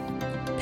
แถ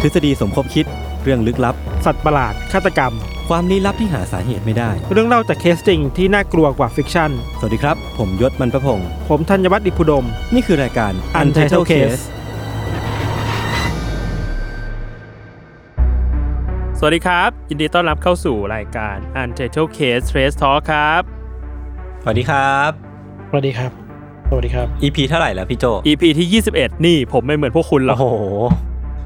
ทฤษฎีสมคบคิด เรื่องลึกลับ สัตว์ประหลาด ฆาตกรรม ความลี้ลับที่หาสาเหตุไม่ได้ เรื่องเล่าจากเคสจริงที่น่ากลัวกว่าฟิกชั่น สวัสดีครับ ผมยศมันประพงศ์ ผมธัญวัฒน์อิพุดม นี่คือรายการ Untitled Case สวัสดีครับ ยินดีต้อนรับเข้าสู่รายการ Untitled Case Trace Talk ครับ สวัสดีครับ สวัสดีครับ สวัสดีครับ EP เท่าไหร่แล้วพี่โจ EP ที่ 21 นี่ผมไม่เหมือนพวกคุณหรอก โอ้โห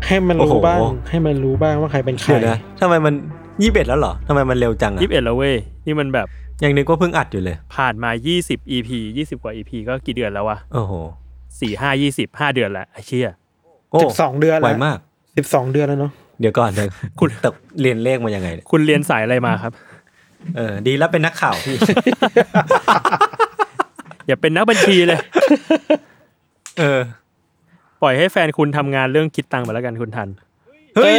ให้มัน โอ้โห รู้บ้าง ให้มันรู้บ้างว่าใครเป็นใคร เดี๋ยวนะทำไมมันยี่สิบเอ็ดแล้วเหรอทำไมมันเร็วจังอะ 21 แล้วเว้ย นี่มันแบบ ยังนึกว่าเพิ่งอัดอยู่เลย ผ่านมา 20 EP 20 กว่า EP ก็กี่เดือนแล้ววะ โอ้โห 4 5 20 5 เดือนละไอ้เชี่ย โอ้ สิบสองเดือน ไว แล้ว มาก สิบสองเดือนแล้วเนาะ เดี๋ยวก่อนเดี๋ยว คุณตกเรียนเลขมายังไงเนี่ย คุณเรียนสายอะไรมาครับ เออดีแล้วเป็นนักข่าวพี่ อย่าเป็นนักบัญชีเลย เออ ปล่อยให้แฟนคุณทำงานเรื่องคิดตังค์ไปแล้วกันคุณทัน เฮ้ย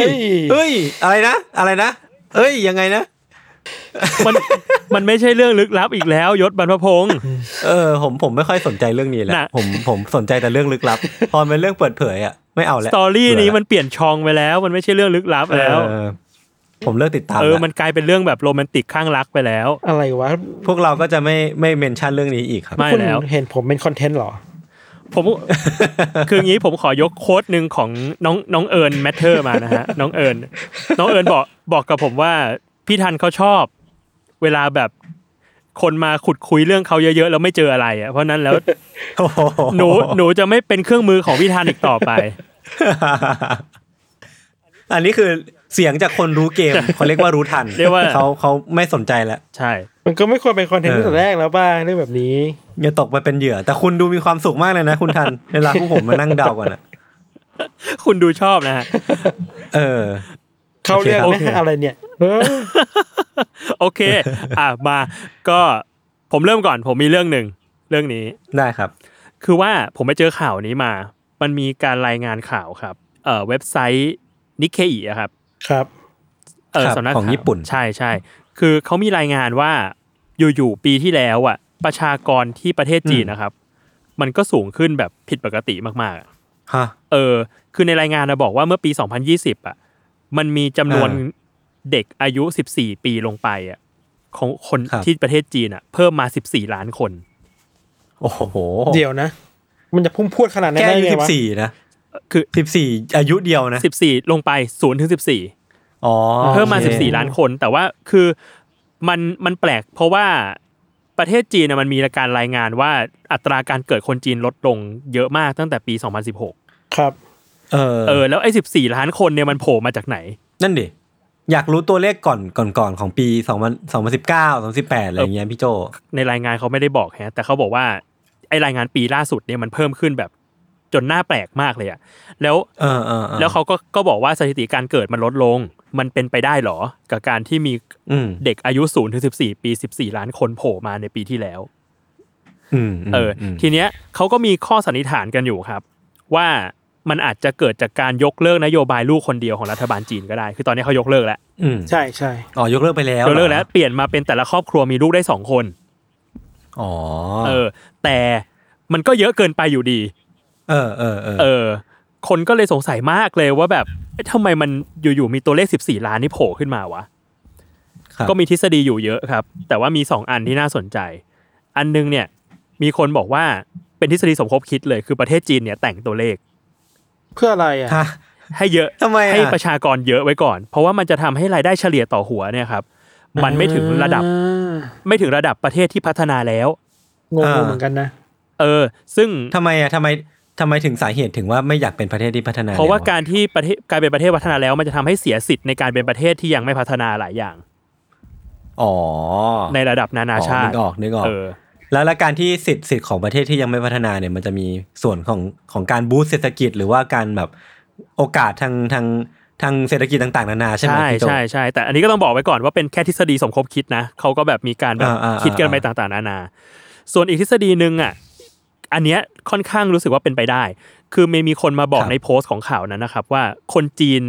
เฮ้ยอะไรนะ อะไรนะเอ้ยยังไงนะ มันมันไม่ใช่เรื่องลึกลับอีกแล้วยศบรรพพงษ์ เออผมผมไม่ค่อยสนใจเรื่องนี้แหละ น่ะ ผมผมสนใจแต่เรื่องลึกลับ พอเป็นเรื่องเปิดเผยอ่ะไม่เอา ส แล้ว ตอรี่นี้มัน เ เปลี่ยนช่องไปแล้ว มันไม่ใช่เรื่องลึกลับ บื่อ แล้ แล้ว วเออผมเลิกติดตาม เออ ละ มันกลายเป็นเรื่องแบบโรแมนติกข้างรักไปแล้ว อะไรวะ พวกเราก็จะไม่ไม่เมนชั่นเรื่องนี้อีกครับ ไม่ คุณ แล้ว เห็นผมเป็นคอนเทนต์เหรอ ผม คืออย่างนี้ผมขอยกโค้ดหนึ่งของน้องน้องเอิญแมทเทอร์มานะฮะ น้องเอิญน้องเอิญบอกบอกกับผมว่า พี่ทันเขาชอบ เวลาแบบคนมาขุดคุยเรื่องเขาเยอะๆแล้วไม่เจออะไรอ่ะเพราะนั้นแล้ว หนูหนูจะไม่เป็นเครื่องมือของพี่ทันอีกต่อ ไป อันนี้คือเสียงจากคนรู้เกม เขาเรียกว่ารู้ทัน เรียกว่า เขาเขาไม่สนใจแล้ว ใช่ มันก็ไม่ควรเป็นคอนเทนต์ เออ ตั้งแต่แรกแล้วบ้างเรื่องแบบนี้ อย่าตกไปเป็นเหยื่อ แต่คุณดูมีความสุขมากเลยนะคุณทัน เวลาพวกผมมานั่งเดากันอ่ะ คุณดูชอบนะฮะ เออ เขาเรียก โอ ไหม เค อะไรเนี่ยเออ โอเค อ่ะ มาก็ผมเริ่มก่อน ผมมีเรื่องหนึ่งเรื่องนี้ ได้ครับ คือว่าผมไปเจอข่าวนี้มา มันมีการรายงานข่าวครับ เอ่อเว็บไซต์นิเคอีครับ ครับ เออ ครับ สำนัก ของ ข่าว ญี่ปุ่น ใช่ใช่คือเขามีรายงานว่าอยู่ๆปีที่แล้วอ่ะ ประชากรที่ประเทศจีนนะครับ มันก็สูงขึ้นแบบผิดปกติมากๆอะ ฮะ เออ คือในรายงานนะบอกว่าเมื่อปี 2020 อ่ะ มันมีจำนวน อ่า เด็กอายุ 14 ปีลงไปอ่ะของคน ครับ ที่ประเทศจีนอ่ะ เพิ่มมา 14 ล้านคน โอ้โห เดี๋ยวนะ มันจะพุ่งพรวดขนาดนั้น แค่ ได้ อายุ ไง สิบ วะ สี่นะ คือ สิบสี่อายุเดียวนะ 14 ลงไป0ถึง14 อ๋อ เพิ่มมา โอค 14 ล้านคน แต่ว่าคือมันมันแปลกเพราะว่าประเทศจีนน่ะมันมีการรายงานว่าอัตราการเกิดคนจีนลดลงเยอะมากตั้งแต่ปี 2016 ครับ เออ เออ แล้วไอ้ 14 ล้านคนเนี่ยมันโผล่มาจากไหน นั่นดิ อยากรู้ตัวเลขก่อนก่อนก่อนของปีสองพันสองพันสิบเก้าสองสิบแปดอะไรอย่างเงี้ยพี่โจ ในรายงานเขาไม่ได้บอกฮะ แต่เขาบอกว่าไอรายงานปีล่าสุดเนี่ยมันเพิ่มขึ้นแบบจนหน้าแปลกมากเลยอะแล้ว เออเออออ แล้วเขาก็ก็บอกว่าสถิติการเกิดมันลดลง มันเป็นไปได้เหรอ กับการที่มี อืม เด็กอายุ0ถึง14 ปี 14 ล้านคนโผล่มาในปีที่แล้ว อืมม เอออ ม ทีเนี้ยเขาก็มีข้อสันนิษฐานกันอยู่ครับ ว่ามันอาจจะเกิดจากการยกเลิกนโยบายลูกคนเดียวของรัฐบาลจีนก็ได้ คือตอนนี้เขายกเลิกแล้ว อืม ใช่ใช่ อ๋อยกเลิกไปแล้ว ยกเลิหกรอ แล้วเปลี่ยนมาเป็นแต่ละครอบครัวมีลูกได้สองคน อ๋อ เออ แต่มันก็เยอะเกินไปอยู่ดี เออเออเออ เออ คนก็เลยสงสัยมากเลยว่าแบบเอ๊ะทำไมมันอยู่ๆมีตัวเลข 14 ล้านนี่โผล่ขึ้นมาวะ ครับ ก็มีทฤษฎีอยู่เยอะครับ แต่ว่ามี 2 อันที่น่าสนใจ อันหนึงเนี่ย มีคนบอกว่าเป็นทฤษฎีสมคบคิดเลย คือประเทศจีนเนี่ยแต่งตัวเลข เพื่ออะไรอ่ะ ฮะ ให้เยอะ ทำไมอะ ให้ประชากรเยอะไว้ก่อน เพราะว่ามันจะทำให้รายได้เฉลี่ยต่อหัวเนี่ยครับ มันไม่ถึงระดับ ไม่ถึงระดับประเทศที่พัฒนาแล้ว งง อ่า เหมือนกันนะ เออ ซึ่ง ทำไมอ่ะทำไมทำไมถึงสาเหตุถึงว่าไม่อยากเป็นประเทศที่พัฒนา เพราะว่า แล้ การที่ประเทศการเป็นประเทศพัฒนาแล้วมันจะทำให้เสียสิทธิ์ในการเป็นประเทศที่ยังไม่พัฒนาหลายอย่าง อ๋อ ในระดับนานาชา อ๋อนึ ติ กออกนึกออก เออ แล้วและการที่สิทธิ์สิทธิ์ของประเทศที่ยังไม่พัฒนาเนี่ยมันจะมีส่วนของของการบูสต์เศรษฐกิจ หรือว่าการแบบโอกาสทางทางทางเศรษฐกิจต่างๆนานาใช่ไหม ใช่ พี่โจ ใช่ใช่แต่อันนี้ก็ต้องบอกไว้ก่อนว่าเป็นแค่ทฤษฎีสมคบคิดนะเขาก็แบบมีการแบบ อ่าอ่าอ่า คิดกันไปต่างๆนานา ส่วนอีกทฤษฎีหนึ่งอ่ะอันเนี้ยค่อนข้างรู้สึกว่าเป็นไปได้ คือไม่มีคนมาบอกในโพสต์ของข่าวนั้นนะครับ ว่าคนจีน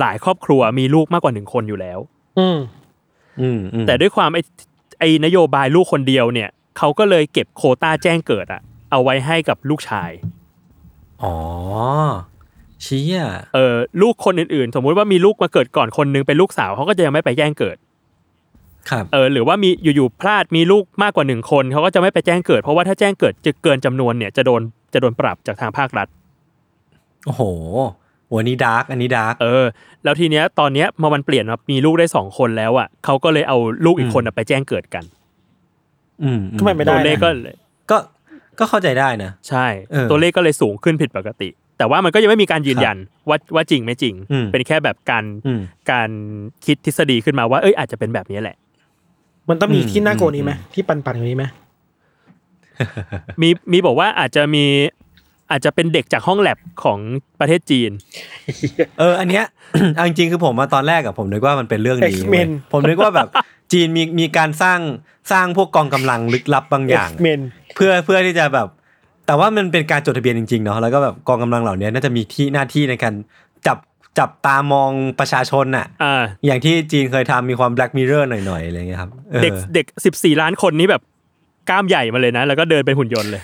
หลายครอบครัวมีลูกมากกว่าหนึ่งคนอยู่แล้ว อืม อืมอืม แต่ด้วยความไอ้ไอ้นโยบายลูกคนเดียวเนี่ยเขาก็เลยเก็บโควต้าแจ้งเกิดอ่ะเอาไว้ให้กับลูกชาย อ๋อเชี้อ่ะ เออลูกคนอื่นๆ สมมุติว่ามีลูกมาเกิดก่อนคนนึงเป็นลูกสาวเขาก็จะยังไม่ไปแย่งเกิด ครับ เออหรือว่ามีอยู่ๆพลาดมีลูกมากกว่าหนึ่งคนเขาก็จะไม่ไปแจ้งเกิด เพราะว่าถ้าแจ้งเกิดจะเกินจำนวนเนี่ยจะโดนจะโดนปรับจากทางภาครัฐ โอ้โหวันนี้ดาร์กอันนี้ดาร์ก เออ แล้วทีเนี้ยตอนเนี้ยมามันเปลี่ยนมามีลูกได้สองคนแล้วอ่ะเขาก็เลยเอาลูกอีกคนอะไปแจ้งเกิดกัน อืมอืม ทำไมไม่ได้ ตัวเลข นะ ก็ ก็ก็เข้าใจได้นะ ใช่ เออ ตัวเลขก็เลยสูงขึ้นผิดปกติ แต่ว่ามันก็ยังไม่มีการยืนยันว่าว่าจริงไม่จริง อืม เป็นแค่แบบการ อืม การคิดทฤษฎีขึ้นมาว่าเอ้ยอาจจะเป็นแบบนี้แหละ มันต้องมี อืม ที่น่ากลัว อืม นี้ไหมที่ปันปันๆกว่านี้ไหม มีมีบอกว่าอาจจะมีอาจจะเป็นเด็กจากห้องแลบของประเทศจีน เอออันเนี้ย เอาจริงๆคือผมมาตอนแรกอะผมนึกว่ามันเป็นเรื่องนี้เว้ย X-Men ผมนึกว่าแบบ จีนมีมีการสร้างสร้างพวกกองกำลังลึกลับบางอย่าง เมน เพื่อเพื่อที่จะแบบ แต่ว่ามันเป็นการจดทะเบียนจริงๆเนาะแล้วก็แบบกองกำลังเหล่านี้น่าจะมีที่หน้าที่ในการจับจับตามองประชาชนน่ะ อ่า อย่างที่จีนเคยทำมีความ Black Mirror หน่อยๆอะไรเงี้ยครับออ เด็กเด็กสิบสี่ล้านคนนี้แบบกล้ามใหญ่มาเลยนะ แล้วก็เดินเป็นหุ่นยนต์ เลย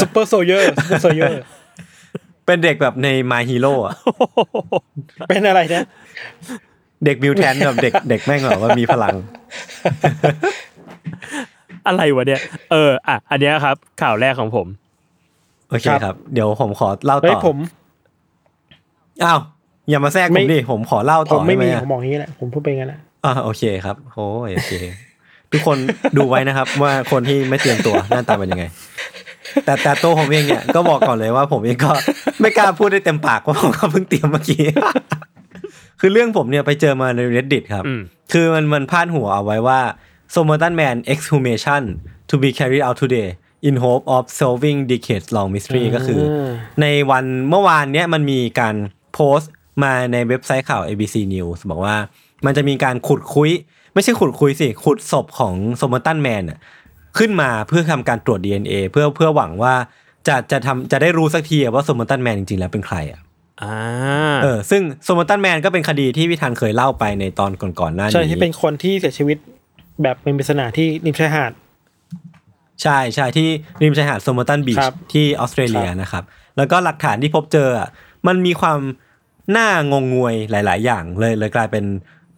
ซูเปอร์โซเยอร์ซูเปอร์โซเยอ ร์ เป็นเด็กแบบใน My Hero อะ เป็นอะไรนะ เด็กบิวแทนกับเด็กเด็กแม่งแบบว่ามีพลัง อะไรวะเนี่ย เอออ่ะอันเนี้ยครับ ข่าวแรกของผม โอเคครับ เดี๋ยวผมขอเล่า เฮ้ ต่ ย อ ผม อ้าว อย่ามาแทรกผ ไม่ มดิ ผมขอเล่า ผ ต่อ มไม่มี ด้ห ผมบอกอย่างนี้แหละผมพูดไปงั้นแหละ อ่ะโอเคครับโอ้ยโอเค ทุกคนดูไว้นะครับ ว่าคนที่ไม่เตรียมตัวหน้าตาเป็นยังไง แต่แต่ตัวผมเองเนี่ยก็บอกก่อนเลยว่าผมเองก็ ไม่กล้าพูดได้เต็มปากว่าผมก็เพิ่งเตรียมเมื่อกี้ คือเรื่องผมเนี่ยไปเจอมาใน reddit ครับ อืม คือมันมันพาดหัวเอาไว้ว่า s o m e r t o n Man Exhumation to be carried out today in hope of solving decades long mystery ก็คืออ า ในวันเมื่อวานเนี้ยมันมีการโพสต์มาในเว็บไซต์ข่าว ABC News บอกว่ามันจะมีการขุดคุย ไม่ใช่ขุดคุยสิ ขุดศพของสม e r ตันแมนน่ะขึ้นมาเพื่อทำการตรวจ DNA เพื่อเพื่อหวังว่าจะจะทำจะได้รู้สักทีว่าสม e r ตันแมนจริงๆ แล้วเป็นใครอ่ะ อ่า เออซึ่งสม e r ตันแมนก็เป็นคดีที่พี่ธันเคยเล่าไปในตอนก่อนๆหน้านี้ ใช่ที่เป็นคนที่เสียชีวิตแบบเป็นปริศนาที่ริมชายหาด ใช่ใช่ที่ริมชายหาดโซมาตันบีช ครับ ที่ออสเตรเลียนะครับ แล้วก็หลักฐานที่พบเจออะมันมีความน่างงงวยหลาย ๆ อย่างเลยเลยกลายเป็น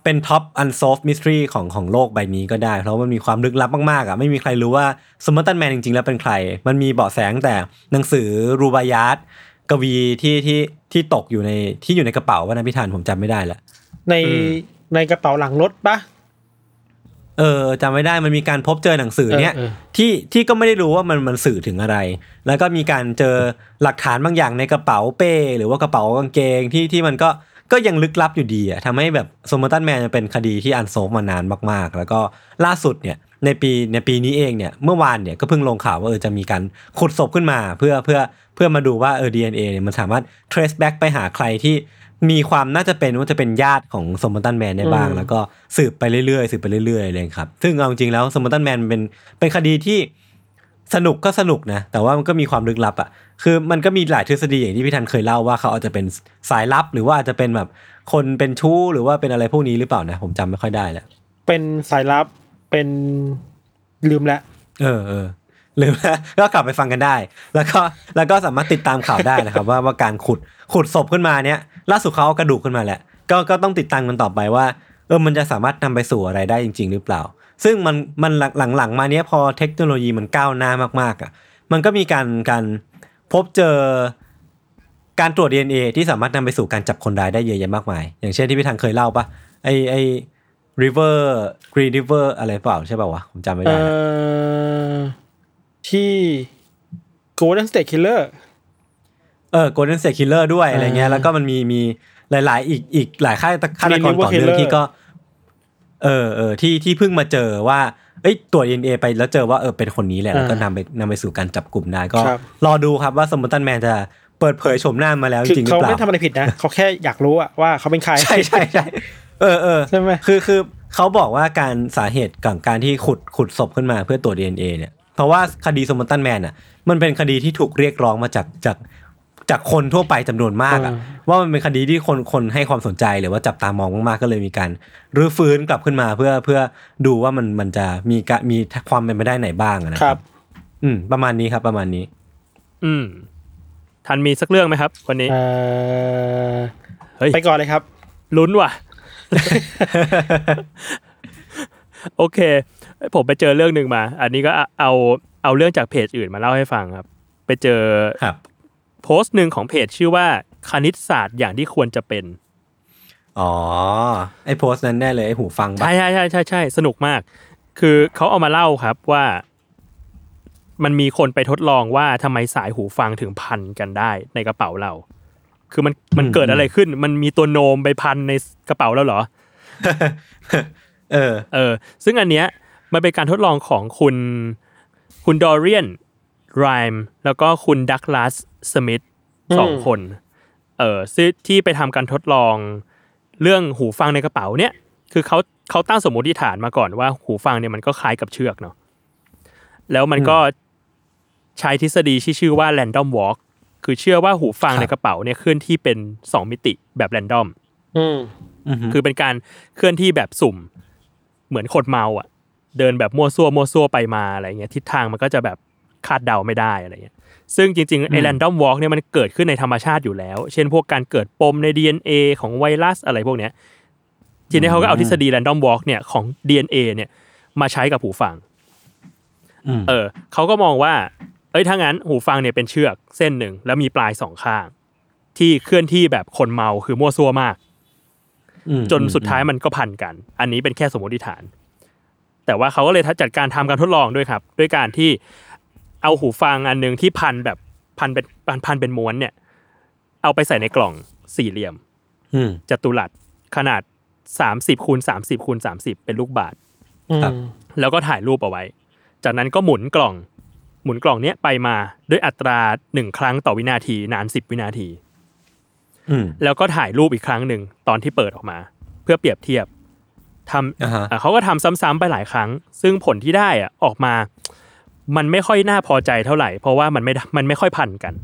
เป็นท็อปอันซอฟมิสทรีของของโลกใบนี้ก็ได้ เพราะมันมีความลึกลับมาก ๆ อ่ะ ไม่มีใครรู้ว่าสม e r ตันแมนจริง ๆ แล้วเป็นใคร มันมีเบาะแสงแต่หนังสือรูบายาตกวีที่ที่ที่ตกอยู่ในที่อยู่ในกระเป๋าว่านะพิธานผมจำไม่ได้ละ ในในกระเป๋าหลังรถปะ เออจำไม่ได้มันมีการพบเจอหนังสือเนี้ย เออเออ ที่ที่ก็ไม่ได้รู้ว่ามันมันสื่อถึงอะไร แล้วก็มีการเจอหลักฐานบางอย่างในกระเป๋าเป้ หรือว่ากระเป๋ากางเกงที่ที่มันก็ก็ยังลึกลับอยู่ดีอะทำให้แบบสม e r ตันแมนเป็นคดีที่อันโซฟมานานมากๆ แล้วก็ล่าสุดเนี่ยในปีในปีนี้เองเนี่ยเมื่อวานเนี่ยก็เพิ่งลงข่าวว่าเออจะมีการขุดศพขึ้นมา เพื่อเพื่อเพื่อมาดูว่าเออ DNA เนี่ยมันสามารถ trace back ไปหาใครที่ มีความน่าจะเป็นว่าจะเป็นญาติของสม e r ตันแมนได้บ้าง อืม แล้วก็สืบไปเรื่อยๆสืบไปเรื่อยๆเลยครับ ซึ่งเอาจริงๆแล้วสม e r ตันแมนเป็นเป็นคดีที่สนุกก็สนุกนะ แต่ว่ามันก็มีความลึกลับอ่ะ คือมันก็มีหลายทฤษฎีอย่างที่พี่ทันเคยเล่าว่าเขาอาจจะเป็นสายลับ หรือว่าอาจจะเป็นแบบคนเป็นชู้หรือว่าเป็นอะไรพวกนี้หรือเปล่านะผมจำไม่ค่อยได้แล้ว เป็นสายลับเป็นลืมละ เออเออลืมแล้ว ก็กลับไปฟังกันได้ แล้วก็แล้วก็สามารถติดตามข่าวได้นะครับ ว่าว่าการขุดขุดศพขึ้นมาเนี้ยล่าสุดเขาเอากระดูกขึ้นมาแหละก็ก็ต้องติดตามกันต่อไปว่าเออมันจะสามารถนำไปสู่อะไรได้จริง ๆ หรือเปล่า ซึ่งมันมันหลังหลังๆมาเนี้ยพอเทคโนโลยีมันก้าวหน้ามากๆอ่ะมันก็มีการการพบเจอ การตรวจ DNA ที่สามารถนำไปสู่การจับคนร้ายได้เยอะแยะมากมาย อย่างเช่นที่พี่ทางเคยเล่าปะไอไอ river green river อะไรเปล่าใช่ป่าวะผมจำไม่ เอ่ ได้นะ อที่ Golden State Killer เออ golden state killer ด้วยอะไรเงี้ย อ่า แล้วก็มันมีมีหลาย ๆ อีกอีกหลายค่ายฆาตกร River ต่อเนื่อง Killer ที่ก็ เออเออที่ที่เพิ่งมาเจอว่าเอ้ยตรวจ DNA ไปแล้วเจอว่าเออเป็นคนนี้แหละแล้วก็ อ่าน นำไปนำไปสู่การจับกลุ่มได้ก็ ครับ รอดูครับว่าสม o ตันแมนจะเปิดเผยโฉมหน้ามาแล้วจ คือ ริงๆหรื เขา อเปล่า ไม่ทำอะไรผิ ดนะ เขาแค่อยากรู้อะว่าเขาเป็นใคร ใช่ใช่ใช่เออเออ ใช่ไหม คือคือเขาบอกว่าการสาเหตุกับการที่ขุดขุดศพขึ้นมาเพื่อตรวจ DNA เนี่ยเพราะว่าคดีสมอนตันแมนอ่ะมันเป็นคดีที่ถูกเรียกร้องมาจากจากจากคนทั่วไปจำนวนมากอ่ะว่ามันเป็นคดีที่คนคนให้ความสนใจหรือว่าจับตามองมากๆก็เลยมีการรื้อฟื้นกลับขึ้นมาเพื่อเพื่อดูว่ามันมันจะมีกะมีความเป็นไปได้ไหนบ้างอะนะ ค ค รั รับ บอืมประมาณนี้ครับประมาณนี้ อืม ทันมีสักเรื่องไหมครับวันนี้ เอ่อ เฮ้ย ไปก่อนเลยครับ ลุ้นว่ะ โอเค ผมไปเจอเรื่องหนึ่งมา อันนี้ก็เอาเอาเรื่องจากเพจอื่นมาเล่าให้ฟังครับ ไปเจอ ครับ โพสต์หนึ่งของเพจชื่อว่าคณิตศาสตร์อย่างที่ควรจะเป็น อ๋อไอโพสต์นั้นแน่เลยไอหูฟังปะ ใช่ใช่ใช่ใช่ใช่สนุกมาก คือเขาเอามาเล่าครับว่า มันมีคนไปทดลองว่าทำไมสายหูฟังถึงพันกันได้ในกระเป๋าเรา คือมันมันเกิดอะไรขึ้น มันมีตัวโนมไปพันในกระเป๋าเราเหรอ เออ เออซึ่งอันเนี้ยมันเป็นการทดลองของคุณคุณดอเรียนไรม์แล้วก็คุณดักลาสสมิธสองคนเออซึ่งที่ไปทำการทดลองเรื่องหูฟังในกระเป๋าเนี่ยคือเขาเขาตั้งสมมติฐานมาก่อนว่าหูฟังเนี่ยมันก็คล้ายกับเชือกเนาะแล้วมันก็ใช้ทฤษฎีที่ชื่อว่า random walk คือเชื่อว่าหูฟัง ครับ ในกระเป๋าเนี่ยเคลื่อนที่เป็น 2 มิติแบบ random อืม อือฮึ คือเป็นการเคลื่อนที่แบบสุ่ม เหมือนคนเมาอ่ะ เดินแบบมั่วซั่วมั่วซั่วไปมาอะไรเงี้ยทิศทางมันก็จะแบบคาดเดาไม่ได้อะไรเงี้ยซึ่งจริงๆไอ้ random walk เนี่ยมันเกิดขึ้นในธรรมชาติอยู่แล้ว เช่นพวกการเกิดปมใน DNA ของไวรัสอะไรพวกเนี้ยทีนี้เขาก็เอาทฤษฎี random walk เนี่ยของ DNA เนี่ยมาใช้กับหูฟัง อืม เออเขาก็มองว่า เอ้ยถ้างั้นหูฟังเนี่ยเป็นเชือกเส้นหนึ่งแล้วมีปลายสองข้าง ที่เคลื่อนที่แบบคนเมาคือมั่วซั่วมาก อืม จนสุด อืม ท้ายมันก็พันกัน อันนี้เป็นแค่สมมติฐาน แต่ว่าเขาก็เลยจัดการทำการทดลองด้วยครับ ด้วยการที่เอาหูฟังอันหนึ่งที่พันแบบพันเป็นพันพันเป็นม้วนเนี่ย เอาไปใส่ในกล่องสี่เหลี่ยม อืม จัตุรัสขนาด 30คูณ30คูณ30 เป็นลูกบาศก์ อืม ครับ แล้วก็ถ่ายรูปเอาไว้ จากนั้นก็หมุนกล่อง หมุนกล่องเนี้ยไปมาด้วยอัตราหนึ่งครั้งต่อวินาทีนาน 10 วินาที อืม แล้วก็ถ่ายรูปอีกครั้งหนึ่งตอนที่เปิดออกมา เพื่อเปรียบเทียบทำ อ่าฮะ อ่ะเขาก็ทำซ้ำๆไปหลายครั้ง ซึ่งผลที่ได้อ่ะออกมา มันไม่ค่อยน่าพอใจเท่าไหร่ เพราะว่ามันไม่ได้มันไม่ค่อยพันกัน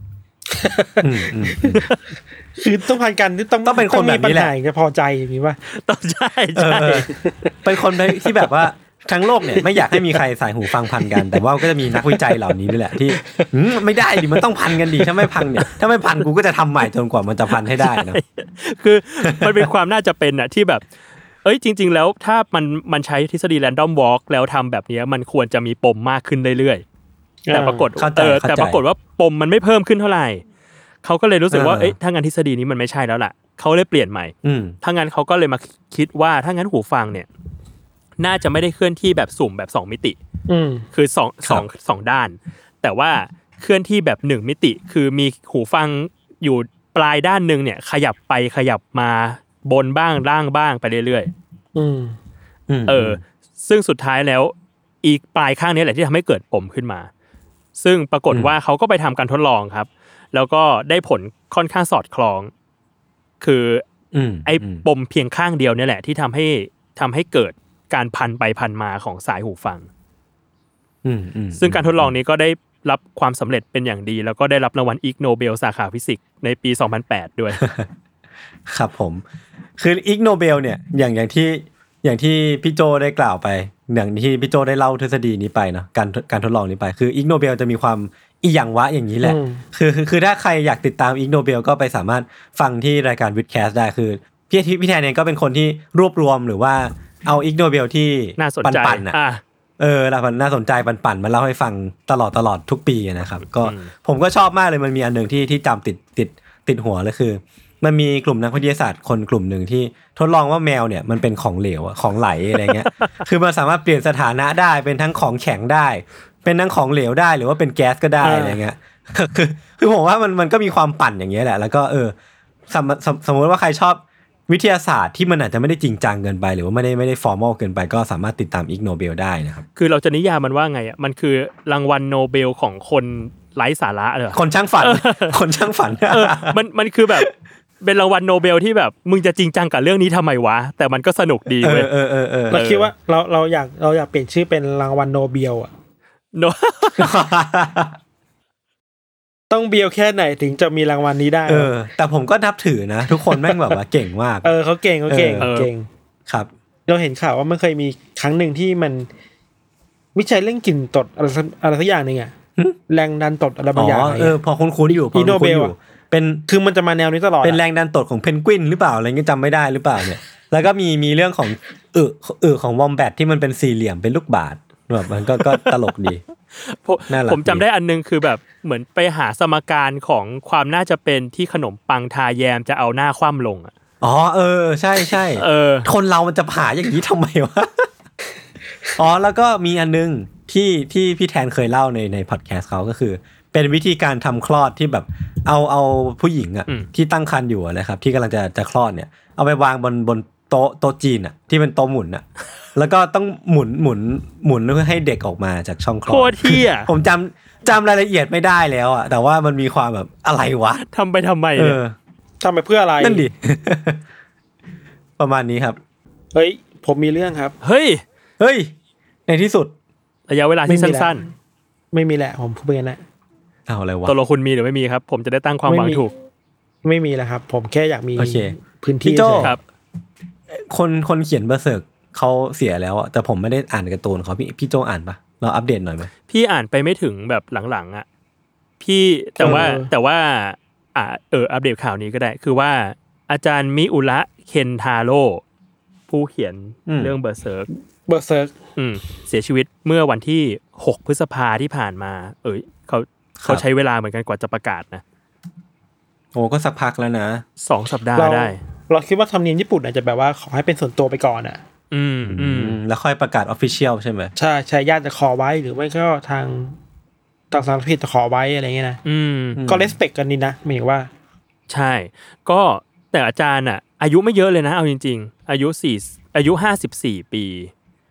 อืมอืม คือต้องพันกันต้อง ต้องเป็นคนแบบนี้แหละ ต้องมีปัญาถึงจะพอใจอย่างนี้ป่ะ ต้องใช่ เออ ใช่ เออเป็นคนที่แบบว่าทั้งโลกเนี่ยไม่อยากให้มีใครสายหูฟังพันกัน แต่ว่าก็จะมีนักวิจัยเหล่านี้นี่แหละที่หืมไม่ได้ดิมันต้องพันกันดิถ้าไม่พันเนี่ยถ้าไม่พันกูก็จะทำใหม่จนกว่ามันจะพันให้ได้เนอะ คือมันเป็นความน่าจะเป็นอ่ะที่แบบ เอ้ยจริง ๆ แล้วถ้ามันมันใช้ทฤษฎี random walk แล้วทำแบบเนี้ยมันควรจะมีปมมากขึ้นเรื่อยๆแต่ปรากฏ เข้าใจ เออ เข้า แต่ ใจ ปรากฏว่าปมมันไม่เพิ่มขึ้นเท่าไหร่เขาก็เลยรู้สึกว่า เออ เอ้ยถ้างั้นทฤษฎีนี้มันไม่ใช่แล้วล่ะเขาเลยเปลี่ยนใหม่ อืม ถ้างั้นเขาก็เลยมาคิดว่าถ้างั้นหูฟังเนี่ย น่าจะไม่ได้เคลื่อนที่แบบสุ่มแบบ 2 มิติ อืม คือสองสองสองด้าน แต่ว่าเคลื่อนที่แบบ 1 มิติ คือมีหูฟังอยู่ปลายด้านหนึ่งเนี่ย ขยับไปขยับมาบนบ้างล่างบ้างไปเรื่อย อืม อืม ๆเออ ซึ่งสุดท้ายแล้วอีกปลายข้างนี้แหละที่ทำให้เกิดปมขึ้นมา ซึ่งปรากฏว่าเขาก็ไปทำการทดลองครับ แล้วก็ได้ผลค่อนข้างสอดคล้อง คือ อืม ไอ้ปมเพียงข้างเดียวเนี่ยแหละที่ทำให้ทำให้เกิดการพันไปพันมาของสายหูฟัง อืมอืม ซึ่งการทดลองนี้ก็ได้รับความสำเร็จเป็นอย่างดี แล้วก็ได้รับรางวัลอีกโนเบลสาขาฟิสิกส์ในปี 2008 ด้วย ครับผม คืออิกโนเบลเนี่ยอย่างอย่างที่อย่างที่พี่โจได้กล่าวไปอย่างที่พี่โจได้เล่าทฤษฎีนี้ไปเนาะการการทดลองนี้ไปคืออิกโนเบลจะมีความอีหยังวะอย่างนี้แหละ อืม คือคือคือถ้าใครอยากติดตามอิกโนเบลก็ไปสามารถฟังที่รายการวิดแคสได้คือพี่อาทิตย์พี่แทนเองก็เป็นคนที่รวบรวมหรือว่าเอาอิกโนเบลที่ น่าสนใจ ปันๆน่ะ อ่ะ เออแล้วมันน่าสนใจปันปันๆมาเล่าให้ฟังตลอดตลอดทุกปีนะครับ ก็ผมก็ชอบมากเลยมันมีอันหนึ่งที่ที่จำติดติด ติดหัวเลยคือ มันมีกลุ่มนักวิทยาศาสตร์คนกลุ่มหนึ่งที่ทดลองว่าแมวเนี่ยมันเป็นของเหลวอะของไหลอะไรเงี้ย คือมันสามารถเปลี่ยนสถานะได้เป็นทั้งของแข็งได้ เป็นทั้งของเหลวได้หรือว่าเป็นแก๊สก็ได้ เอออ อะไรเงี้ย คือคือผมว่ามันมันก็มีความปั่นอย่างเงี้ยแหละ แล้วก็เออสมสมสมมติว่าใครชอบวิทยาศาสตร์ที่มันอาจจะไม่ได้จริงจังเกินไป หรือว่าไม่ได้ไม่ได้ฟอร์มอลเกินไป ก็สามารถติดตามอิกโนเบลได้นะครับ คือเราจะนิยามมันว่าไงอ่ะมันคือรางวัลโนเบลของคนไร้สาระเหร อ คนช่างฝัน คนช่างฝัน เออมันมันคือแบบเป็นรางวัลโนเบลที่แบบ มึงจะจริงจังกับเรื่องนี้ทำไมวะ แต่มันก็สนุกดี เอ เว้ย อเออเออเออ เราคิดว่าเราเราอยากเราอยากเปลี่ยนชื่อเป็นรางวัลโนเบลอะ โน ต้องเบลแค่ไหนถึงจะมีรางวัลนี้ได้ เออ แต่ผมก็นับถือนะ ทุกคนแม่งแบบว่าเก่งมาก เออเขาเก่งเขาเก่ง เออ เก่ง ครับ เราเห็นข่าวว่ามันเคยมีครั้งหนึ่งที่มันวิจัยเรื่องกลิ่นตดอะไรสักอะไรสักอย่างหนึ่งอะแรงดันตดอะไร อ๋ บาง อ อย่างะไร เออ เงี้ย พอคุ้นคุ้นๆอยู่พอ อีโนเบคุ้นคุ้น ล อยู่ อะ เป็น คือมันจะมาแนวนี้ตลอดอะ เป็นแรงดันตดของเพนกวินหรือเปล่าอะไรเงี้ยจำไม่ได้หรือเปล่าเนี่ย แล้วก็มีมีเรื่องของอึอึของวอมแบทที่มันเป็นสี่เหลี่ยมเป็นลูกบาศก์แบบมันก็ก็ตลกดี ผม น่ารักดี ผมจำได้อันนึงคือแบบเหมือนไปหาสมการของความน่าจะเป็นที่ขนมปังทาแยมจะเอาหน้าคว่ำลงอะ อ๋อเออ ใช่ใช่ เออ คนเรามันจะผ่าอย่างนี้ทำไมวะ อ๋อ แล้วก็มีอันนึงที่ที่พี่แทนเคยเล่าในในพอดแคสต์เขาก็คือ เป็นวิธีการทำคลอดที่แบบเอาเอาผู้หญิงอะ อืม ที่ตั้งครรภ์อยู่อะนะครับ ที่กำลังจะจะคลอดเนี่ย เอาไปวางบนบนโต๊ะโต๊ะจีนอะที่เป็นโต๊ะหมุนอะ แล้วก็ต้องหมุนหมุนหมุนเพื่อให้เด็กออกมาจากช่องคลอด โคตรเที่ย ผมจำจำรายละเอียดไม่ได้แล้วอะแต่ว่ามันมีความแบบอะไรวะ ทำไปทำไม เอ เนี่ย อ ทำไปเพื่ออะไร นั่นดิ ประมาณนี้ครับ เฮ้ย ผมมีเรื่องครับ เฮ้ย เฮ้ย ในที่สุด ระยะเวลาที่ ไม่มีแล้ว สั้น ไม่มีแหละผมพูดไปงั้นแหละ เอาอะไรวะ ๆตกลงคุณมีหรือไม่มีครับ ผมจะได้ตั้งความหวัง ไม่มี ถูก ไม่มีแล้วครับ ผมแค่อยากมี โอเค พื้น พี่ ที่ โจ้ เฉยๆ ครับ คนคนเขียนเบอร์เซิร์กเขาเสียแล้วอะแต่ผมไม่ได้อ่านการ์ตูนเขาพี่พี่โจอ่านปะเราอัปเดตหน่อยไหม พี่อ่านไปไม่ถึงแบบหลังๆอ่ะพี่แต่ว่าแต่ว่าอ่าเอออัปเดตข่าวนี้ก็ได้ คือว่าอาจารย์มิอุระเคนทาโร่ผู้เขียนเรื่องเบอร์เซิร์ก เบอร์เซิร์ก อืมเสียชีวิตเมื่อวันที่ 6 พฤษภาที่ผ่านมา เอ้ยเขาเขาใช้เวลาเหมือนกันกว่าจะประกาศนะ โอ้ก็สักพักแล้วนะ สองสัปดาห์ เรา ได้ เราคิดว่าธรรมเนียมญี่ปุ่นอาจจะแบบว่าขอให้เป็นส่วนตัวไปก่อนอ่ะ อืมอืม แล้วค่อยประกาศออฟฟิเชียลใช่ไหม ใช่ใช่ญาติจะขอไว้หรือไม่ก็ทางทางสารพิษจะขอไว้อะไรเงี้ยนะ อืม ก็เลสเปกกันดีนะหมายถึงว่า ใช่ ก็แต่อาจารย์อ่ะ อายุไม่เยอะเลยนะ เอาจริง ๆ อายุสี่อายุห้าสิบสี่ปี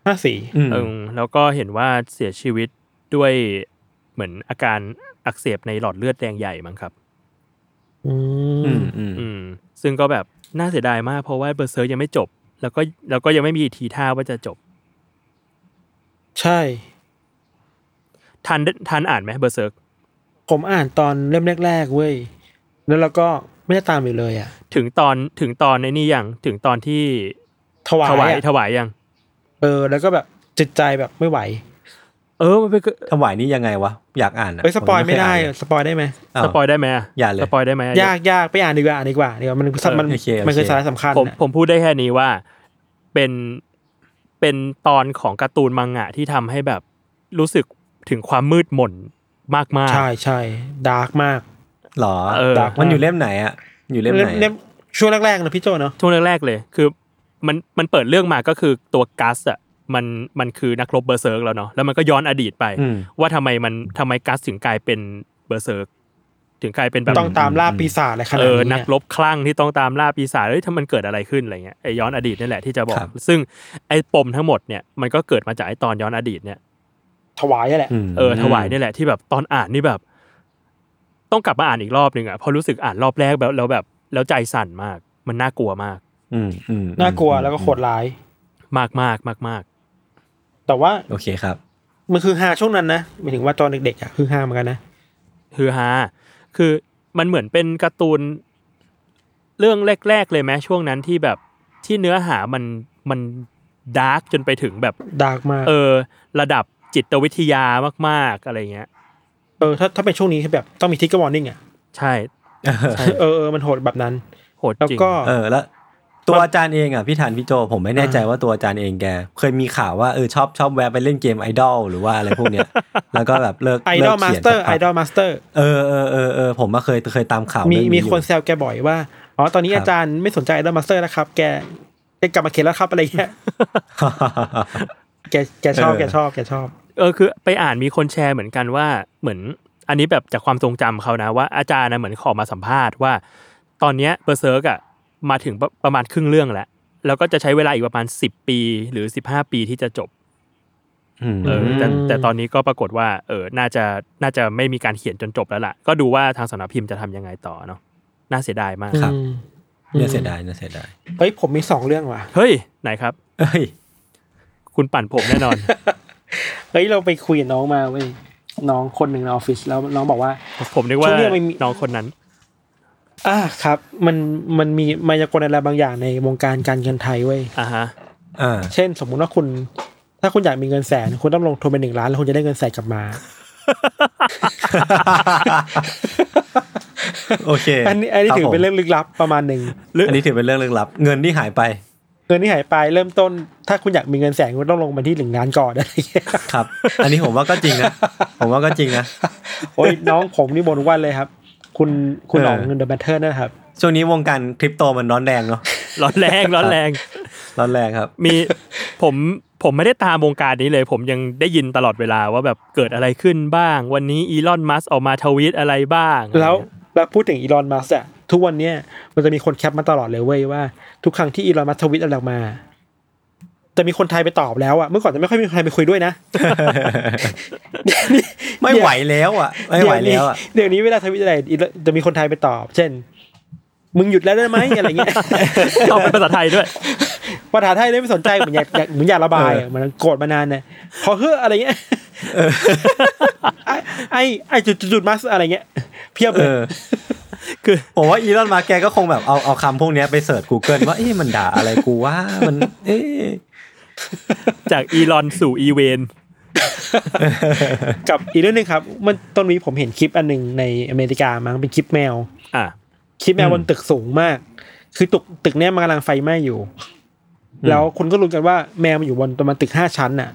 ห้าสี่ อืม เออแล้วก็เห็นว่าเสียชีวิตด้วยเหมือนอาการอักเสบในหลอดเลือดแดงใหญ่มั้งครับ อื อื ม มอืม อืมซึ่งก็แบบน่าเสียดายมากเพราะว่าเบอร์เซอร์ยังไม่จบ แล้วก็แล้วก็ยังไม่มีทีท่าว่าจะจบ ใช่ ทันทันอ่านไหมเบอร์เซิร์ก ผมอ่านตอนเล่มแรกๆเว้ย แล้วเราก็ไม่ได้ตามอีกเลยอ่ะ ถึงตอนถึงตอนในนี่ยังถึงตอนที่ ถวาย ถวาย อะ ถวายยัง เออ แล้วก็แบบจิตใจแบบไม่ไหว เออมันเป็นก็ ถวายนี่ยังไงวะ อยากอ่านะ เอ้ยสปอยไม่ได้ ผยัง สปอยได้ไหม เคยอ่านเลยอ้าว สปอยได้ไหมะ อย่าเลย สปอยได้ไหมอะ ยากยากไปอ่านดีกว่าอ่านดีกว่าเดี๋ยวมันมัน โอเคโอเค มันคือสาระสำคัญ ผม อะ ผมพูดได้แค่นี้ว่าเป็นเป็นตอนของการ์ตูนมังงะที่ทำให้แบบรู้สึกถึงความมืดมนมากมากๆ ใช่ใช่ดาร์กมาก หรอ เออ ดัก มันอยู่เล่มไหนอะอยู่เล่มไหน เล่มช่วงแรกๆนะพี่โจเนาะ ช่วงแรกๆเลย คือมันมันเปิดเรื่องมาก็คือตัวกัสอะมันมันคือนักรบเบอร์เซิร์กแล้วเนาะแล้วมันก็ย้อนอดีตไป อืม ว่าทำไมมันทำไมกัสถึงกลายเป็นเบอร์เซิร์กถึงกลายเป็นแบบ ต้องตามล่าปีศาจอะไรขนา เอ ด อ นี้ นัก เนี่ย รบคลั่งที่ต้องตามล่าปีศาจเฮ้ยถ้ามันเกิดอะไรขึ้นอะไรเงี้ยไอย้อนอดีตนี่แหละที่จะบอก ครับ ซึ่งไอปมทั้งหมดเนี่ยมันก็เกิดมาจากไอตอนย้อนอดีตเนี่ย ถวายอะแหละ ม เออถวายนี่แหละที่แบบตอนอ่านนี่แบบ ต้องกลับมาอ่านอีกรอบหนึ่งอ่ะเพราะรู้สึกอ่านรอบแรกแบบแล้วแบบ แล้วใจสั่นมาก มันน่ากลัวมาก อืมอืม น่ากลัวแล้วก็โหดร้าย มากมากมากมาก แต่ว่า โอเคครับ มันคือฮาช่วงนั้นนะหมายถึงว่าตอนเด็กๆอ่ะคือฮาเหมือนกันนะ ฮือฮาคือมันเหมือนเป็นการ์ตูน เรื่องแรกๆเลยไหมช่วงนั้นที่แบบที่เนื้อหามันมันดาร์กจนไปถึงแบบ ดาร์กมาก เออระดับจิตวิทยามากๆอะไรเงี้ย เออถ้าถ้าเป็นช่วงนี้คือแบบต้องมีทิกเกอร์วอร์นิ่งอ่ะ ใช่ เออเออมันโหดแบบนั้น โหด แล้ว จริง ก็ เออแล้ว ตัวอาจารย์เองอ่ะพี่ทันพี่โจผมไม่แน่ใจว่าตัวอาจารย์เองแก เคยมีข่าวว่าเออชอบชอบแวะไปเล่นเกมไอดอลหรือว่าอะไรพวกเนี้ ย แล้วก็แบบเลิก ไอ เลิ ดอล ก มา เขี ส ยน เตอร์ไอ สักพัก ดอลมาสเตอร์ เออเออเออเออผมมาเคยเคยตามข่าว มี เรื่อง มีคน อยู่ แซวแกบ่อยว่าอ๋อตอนนี้ ครับ อาจารย์ไม่สนใจไอดอลมาสเตอร์แล้วครับแกแกกลับมาเขียนแล้วครับอะไรเงี้ยแกแกชอบ เออ แกชอบแกชอบ เออคือไปอ่านมีคนแชร์เหมือนกันว่าเหมือนอันนี้แบบจากความทรงจำเขานะว่าอาจารย์นะเหมือนขอมาสัมภาษณ์ว่า ตอนเนี้ยเบอร์เซิร์กอะมาถึงประประมาณครึ่งเรื่องแล้ว แล้วก็จะใช้เวลาอีกประมาณ 10 ปีหรือ 15 ปีที่จะจบ อืม เอออ ม แต่แต่ตอนนี้ก็ปรากฏว่าเออน่าจะน่าจะไม่มีการเขียนจนจบแล้วล่ะ ก็ดูว่าทางสำนักพิมพ์จะทำยังไงต่อเนาะน่าเสียดายมาก ครับ อืม เนี่ยเสียดายเนี่ยเสียดาย เฮ้ยผมมีสองเรื่องว่ะ เฮ้ยไหนครับ เอ้ย คุณปั่นผมแน่นอน เฮ้ยเราไปคุยกับน้องมาเว้ยน้องคนหนึ่งในออฟฟิศแล้วน้องบอกว่า ผมนึกว่า ช่วงเรื่องมันมี น้องคนนั้น อ่าครับ มันมันมีมายากลอะไรบางอย่างในวงการการเงินไทยเว้ย อ่าฮะ อ่า เช่น สมมุติว่าคุณ ถ้าคุณอยากมีเงินแสน คุณต้องลงทุนไปหนึ่งล้านแล้วคุณจะได้เงินแสนกลับมา โอเค อันนี้อันนี้ถือเป็น คบผม เรื่องลึกลับประมาณหนึ่ง อันนี้ถือเป็นเรื่องลึกลับ เงินที่หายไป เงินที่หายไปเริ่มต้น ถ้าคุณอยากมีเงินแสนคุณต้องลงมาที่หนึ่งล้านก่อนอะไรเงี้ย ครับ อันนี้ผมว่าก็จริงนะผมว่าก็จริงนะ โอ้ยน้องผมนี่บ่นทุกวันเลยครับ คุณคุณ เออ หลองเงินเดอะแบทเทิลนะครับ ช่วงนี้วงการคริปโตมันร้อนแรงเนาะ ร้อนแรง ร้อนแรง ร้อนแรงครับ มีผมผมไม่ได้ตามวงการนี้เลย ผมยังได้ยินตลอดเวลาว่าแบบเกิดอะไรขึ้นบ้าง วันนี้อีลอนมัสออกมาทวีตอะไรบ้าง แล้วแล้วพูดถึงอีลอนมัสอะทุกวันเนี้ยมันจะมีคนแคปมาตลอดเลยเว้ยว่าทุกครั้งที่อีลอนมัสทวิตอะไรออกมาจะมีคนไทยไปตอบแล้วอะเมื่อก่อนจะไม่ค่อยมีคนไทยไปคุยด้วยนะ ไม่ไหวแล้วอ่ะ ไม่ไหวแล้วอ่ะ เดี๋ยวนี้เดี๋ยวนี้เวลาทวิตอะไรอีกแล้วจะมีคนไทยไปตอบ เช่น มึงหยุดแล้วได้ไหมอะไรเงี้ย ตอบเป็นภาษาไทยด้วย ภาษาไทยเลยไม่สนใจเหมือนอยากอยากเหมือนอยากระบายอะเหมือนโกรธมานานเนี่ยพอเฮ้ออะไรเงี้ย ไอ้ไอ้ไอ้จุดจุดจุดมัสอะไรเงี้ยเพียบเล เอย อ คือ ผมว่าอีลอนมาแกก็คงแบบเอาเอาคำพวกเนี้ยไปเสิร์ช Google ว่าเอ๊ะมันด่าอะไรกูว่ามัน เอ๊ะ จากอีลอนสู่อีเวน กับอีกเรื่องหนึ่งครับ มันต้นวีผมเห็นคลิปอันหนึ่งในอเมริกามั้งเป็นคลิปแมว อ่ะ คลิปแมวบนตึกสูงมาก คือตึกตึกเนี้ยมันกำลังไฟไหม้อยู่ แล้วคุณก็รู้นกันว่าแมวมันอยู่บนประมาณตึกห้าชั้นน่ะ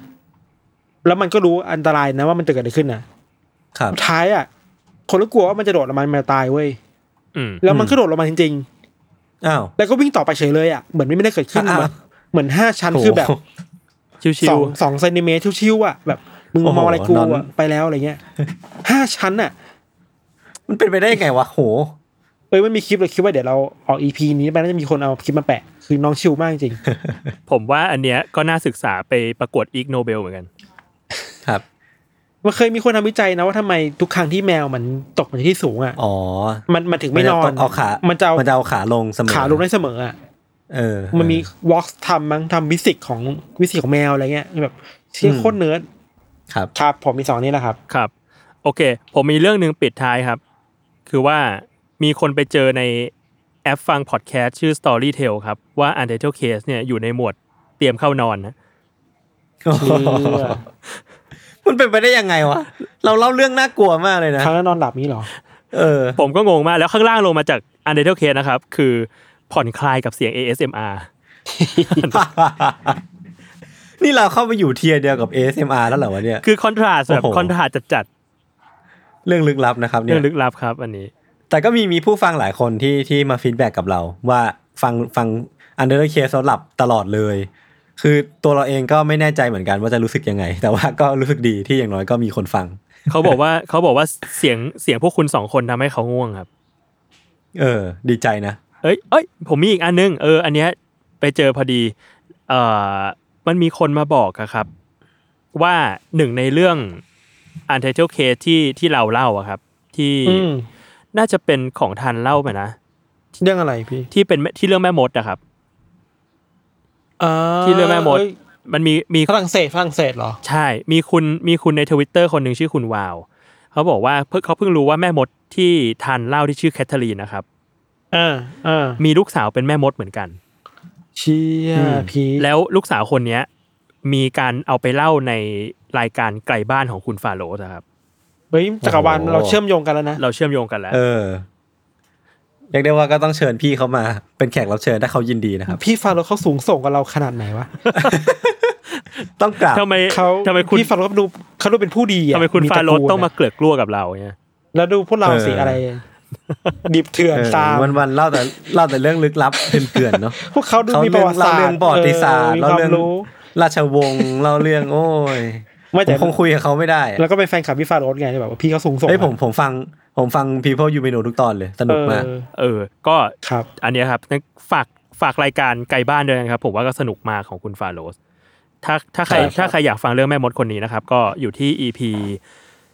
แล้วมันก็รู้อันตรายนะว่ามันเกิดอะไรขึ้นน่ะ ครับ สุดท้ายอ่ะ คนก็กลัวว่ามันจะโดดลงมามาตายเว้ย อืม แล้วมันก็โดดลงมาจริง อ้าว ๆ แล้วก็วิ่งต่อไปเฉยเลยอ่ะ เหมือนไม่ได้เกิดขึ้น อ่ะ เหมือนเหอ่ะมือนห้าชั้นคือแบบ โโห ชิ สอ ว งสองเซนติเมตรชิวๆอ่ะ แบบมึง โอ้โห มองอะไรกู นอ อ่ะ น ไปแล้วอะไรเงี้ย ห้าชั้นอ่ะ มันเป็นไปได้ยังไงวะโห เอ้ยมันมีคลิปเลยคิดว่าเดี๋ยวเราออกอีพีนี้ไปน่าจะมีคนเอาคลิปมาแปะ คือน้องชิวมากจริง ๆ ผมว่าอันเนี้ยก็น่าศึกษาไปประกวดอีกโนเบลเหมือนกัน ครับ มันเคยมีคนทำวิจัยนะว่าทำไมทุกครั้งที่แมวมันตกมาจากที่สูงอ่ะ อ๋อ มันมันถึงไม่นอน จะเอาขามัน จะเอา นจะเอาขาลงเสมอ ขาลงได้เสมออ่ะ เออ มันมีวอล์กทำมั้งทำวิสิกของวิสิกของแมวอะไรเงี้ยแบบเชี่ยโคตรเนิร์ด ครับ ครับ ผมมีสองนี่แหละครับ ครับ โอเค ผมมีเรื่องหนึ่งปิดท้ายครับ คือว่ามีคนไปเจอในแอปฟังพอดแคสต์ชื่อ Storytel ครับ ว่า Untitled Case เนี่ยอยู่ในหมวดเตรียมเข้านอนนะ มันเป็นไปได้ยังไงวะ เราเล่าเรื่องน่ากลัวมากเลยนะ ครั้งนั้นนอนหลับนี้เหรอ เออ ผมก็งงมากแล้วข้างล่างลงมาจาก u n d e r t a l Case นะครับ คือผ่อนคลายกับเสียง ASMR นี่เราเข้าไปอยู่เทียร์เดียวกับ ASMR แล้วเหรอวะเนี่ย คือคอนทราสแบบ โอ้โห คอนทราสจัด เรื่องลึกลับนะครับ ๆ เนี่ เรื่อย งลึกลับครับอันนี้ แต่ก็มีมีผู้ฟังหลายคนที่ที่มาฟีดแบ็กกับเรา ว่าฟังฟังอันเดอร์เคสหลับตลอดเลย คือตัวเราเองก็ไม่แน่ใจเหมือนกันว่าจะรู้สึกยัง ไง แต่ว่าก็รู้สึกดีที่อย่างน้อยก็มีคนฟัง เขาบอกว่าเขาบอกว่าเสียงเสียงพวกคุณสองคนทำให้เขาง่วงครับ เออ ดีใจนะ เอ้ยเอ้ยผมมีอีกอันนึงเออ อันเนี้ยไปเจอพอดีเอ่อมันมีคนมาบอกอะครับ ว่าหนึ่งในเรื่อง u n t i t l e Case ที่ที่เราเล่าอะครับ ที่ อืม น่าจะเป็นของทันเล่าไปนะ เรื่องอะไรพี่ ที่เป็นแม่ที่เรื่องแม่มดอะครับ ที่เรื่องแม่มด เอ้ย มันมีมี ฝรั่งเศสฝรั่งเศสเหรอ ใช่ มีคุณมีคุณในทวิตเตอร์คนหนึ่งชื่อคุณวาว เขาบอกว่าเพิ่งเขาเพิ่งรู้ว่าแม่มดที่ทานเหล้าที่ชื่อแคทเธอรีนนะครับ อ่าอ่า มีลูกสาวเป็นแม่มดเหมือนกัน เชียพีค แล้วลูกสาวคนเนี้ยมีการเอาไปเล่าในรายการไกลบ้านของคุณฟาโรสอะครับ เฮ้ยจักรวาล โอ้โห เราเชื่อมโยงกันแล้วนะ เราเชื่อมโยงกันแล้ว เออ เรียกได้ว่าก็ต้องเชิญพี่เขามาเป็นแขกรับเชิญถ้าเขายินดีนะครับ พี่ฟาโรห์เขาสูงส่งกับเราขนาดไหนวะ ต้องกราบ ทำไม เขา ทำไมคุณ พี่ฟาโรห์ดูเขาดูเป็นผู้ดีอะ ทำไมคุณ ตะ ฟา กูล โรสต้องมาเกลือกกลัวกับเราเนี่ย แล้วดูพวกเราสิอะไร ดิบเถื่อนตาม วันวันๆเล่าแต่เล่าแต่เรื่องลึกลับ เกลื่อนๆเนาะ พวกเขาดู เขา มี เรื่ ป อ ระวังติ เรา ศาสตร์ เรื่องประวัติศาสตร์ เอ เรา อมีควา เรื่อ ม ง รู้ ราชวงศ์เราเรื่องโอ้ย ไม่แต่ ผมคงคุยกับเขาไม่ได้อะ แล้วก็เป็นแฟนคลับพี่ฟาโรห์ไงแบบว่าพี่เขาสูงส่ง เฮ้ยผมผมฟังผมฟัง people you may know ทุกตอนเลย สนุกมาก เออ เออ ก็ ครับ อันเนี้ยครับงั้นฝากฝากรายการไกลบ้านด้วยนะครับ ผมว่าก็สนุกมากของคุณฟาโรสถ้าถ้าใคร ใช่ครับ ถ้าใครอยากฟังเรื่องแม่มดคนนี้นะครับ ก็อยู่ที่ EP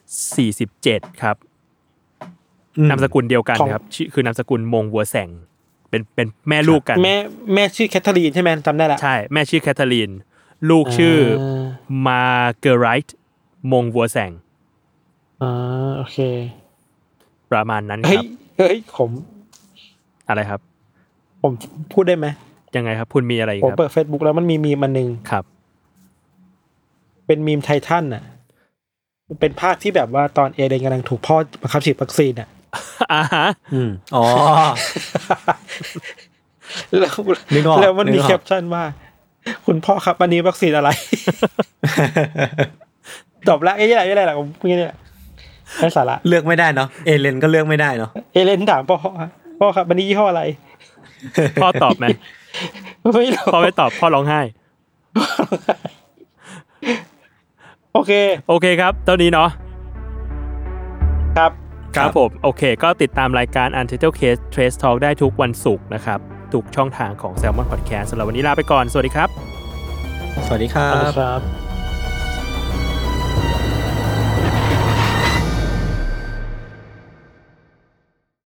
47 ครับ อืม นามสกุลเดียวกันนะครับชื่อคือนามสกุลมงวัวแสงเป็นเป็นแม่ลูกกัน แม่แม่ชื่อแคทเธอรีนใช่ไหมจำได้ละ ใช่ แม่ชื่อแคทเธอรีน ลูกชื่ออา มาเกอร์ไรท์มงวัวแสง อ่าโอเค ประมาณนั้นค เฮ้ย รับ เฮ้ยผม อะไรครับ ผมพูดได้ไหม ยังไงครับ คุณมีอะไรอีก ผม ครับ เปิด Facebook แล้วมันมีมีมอันหนึ่ง ครับ เป็นมีมไททันน่ะเป็นภาพที่แบบว่าตอนเอเดนกำลังถูกพ่อบังคับฉีดวัคซีนอ่ะ อ่าฮะ อืมอ๋อ แล้ว นึกออก แล้วมัน นึ มี กออก แคปชั่นว่า คุณพ่อครับอันนี้วัคซีนอะไร ตอบละเอ้ยอะไรอะไรล่ะผมเงี้ยแหละไร้สาระ เลือกไม่ได้เนาะเอเลนก็เลือกไม่ได้เนาะ เอเลนถามพ่อพ่อครับอันนี้ยี่ห้ออะไร พ่อต อบไหม ไม่รู้ พ่อไม่ตอบพ่อร้องไห้ โอเค โอเคครับตอนนี้เนาะ ครับ ครับผม โอเค ก็ติดตามรายการ Untitled Case Trace Talk ได้ทุกวันศุกร์นะครับทุกช่องทางของ Salmon Podcast สำหรับวันนี้ลาไปก่อน สวัสดีครับ สวัสดีครั ขอบคุณ บ ครับ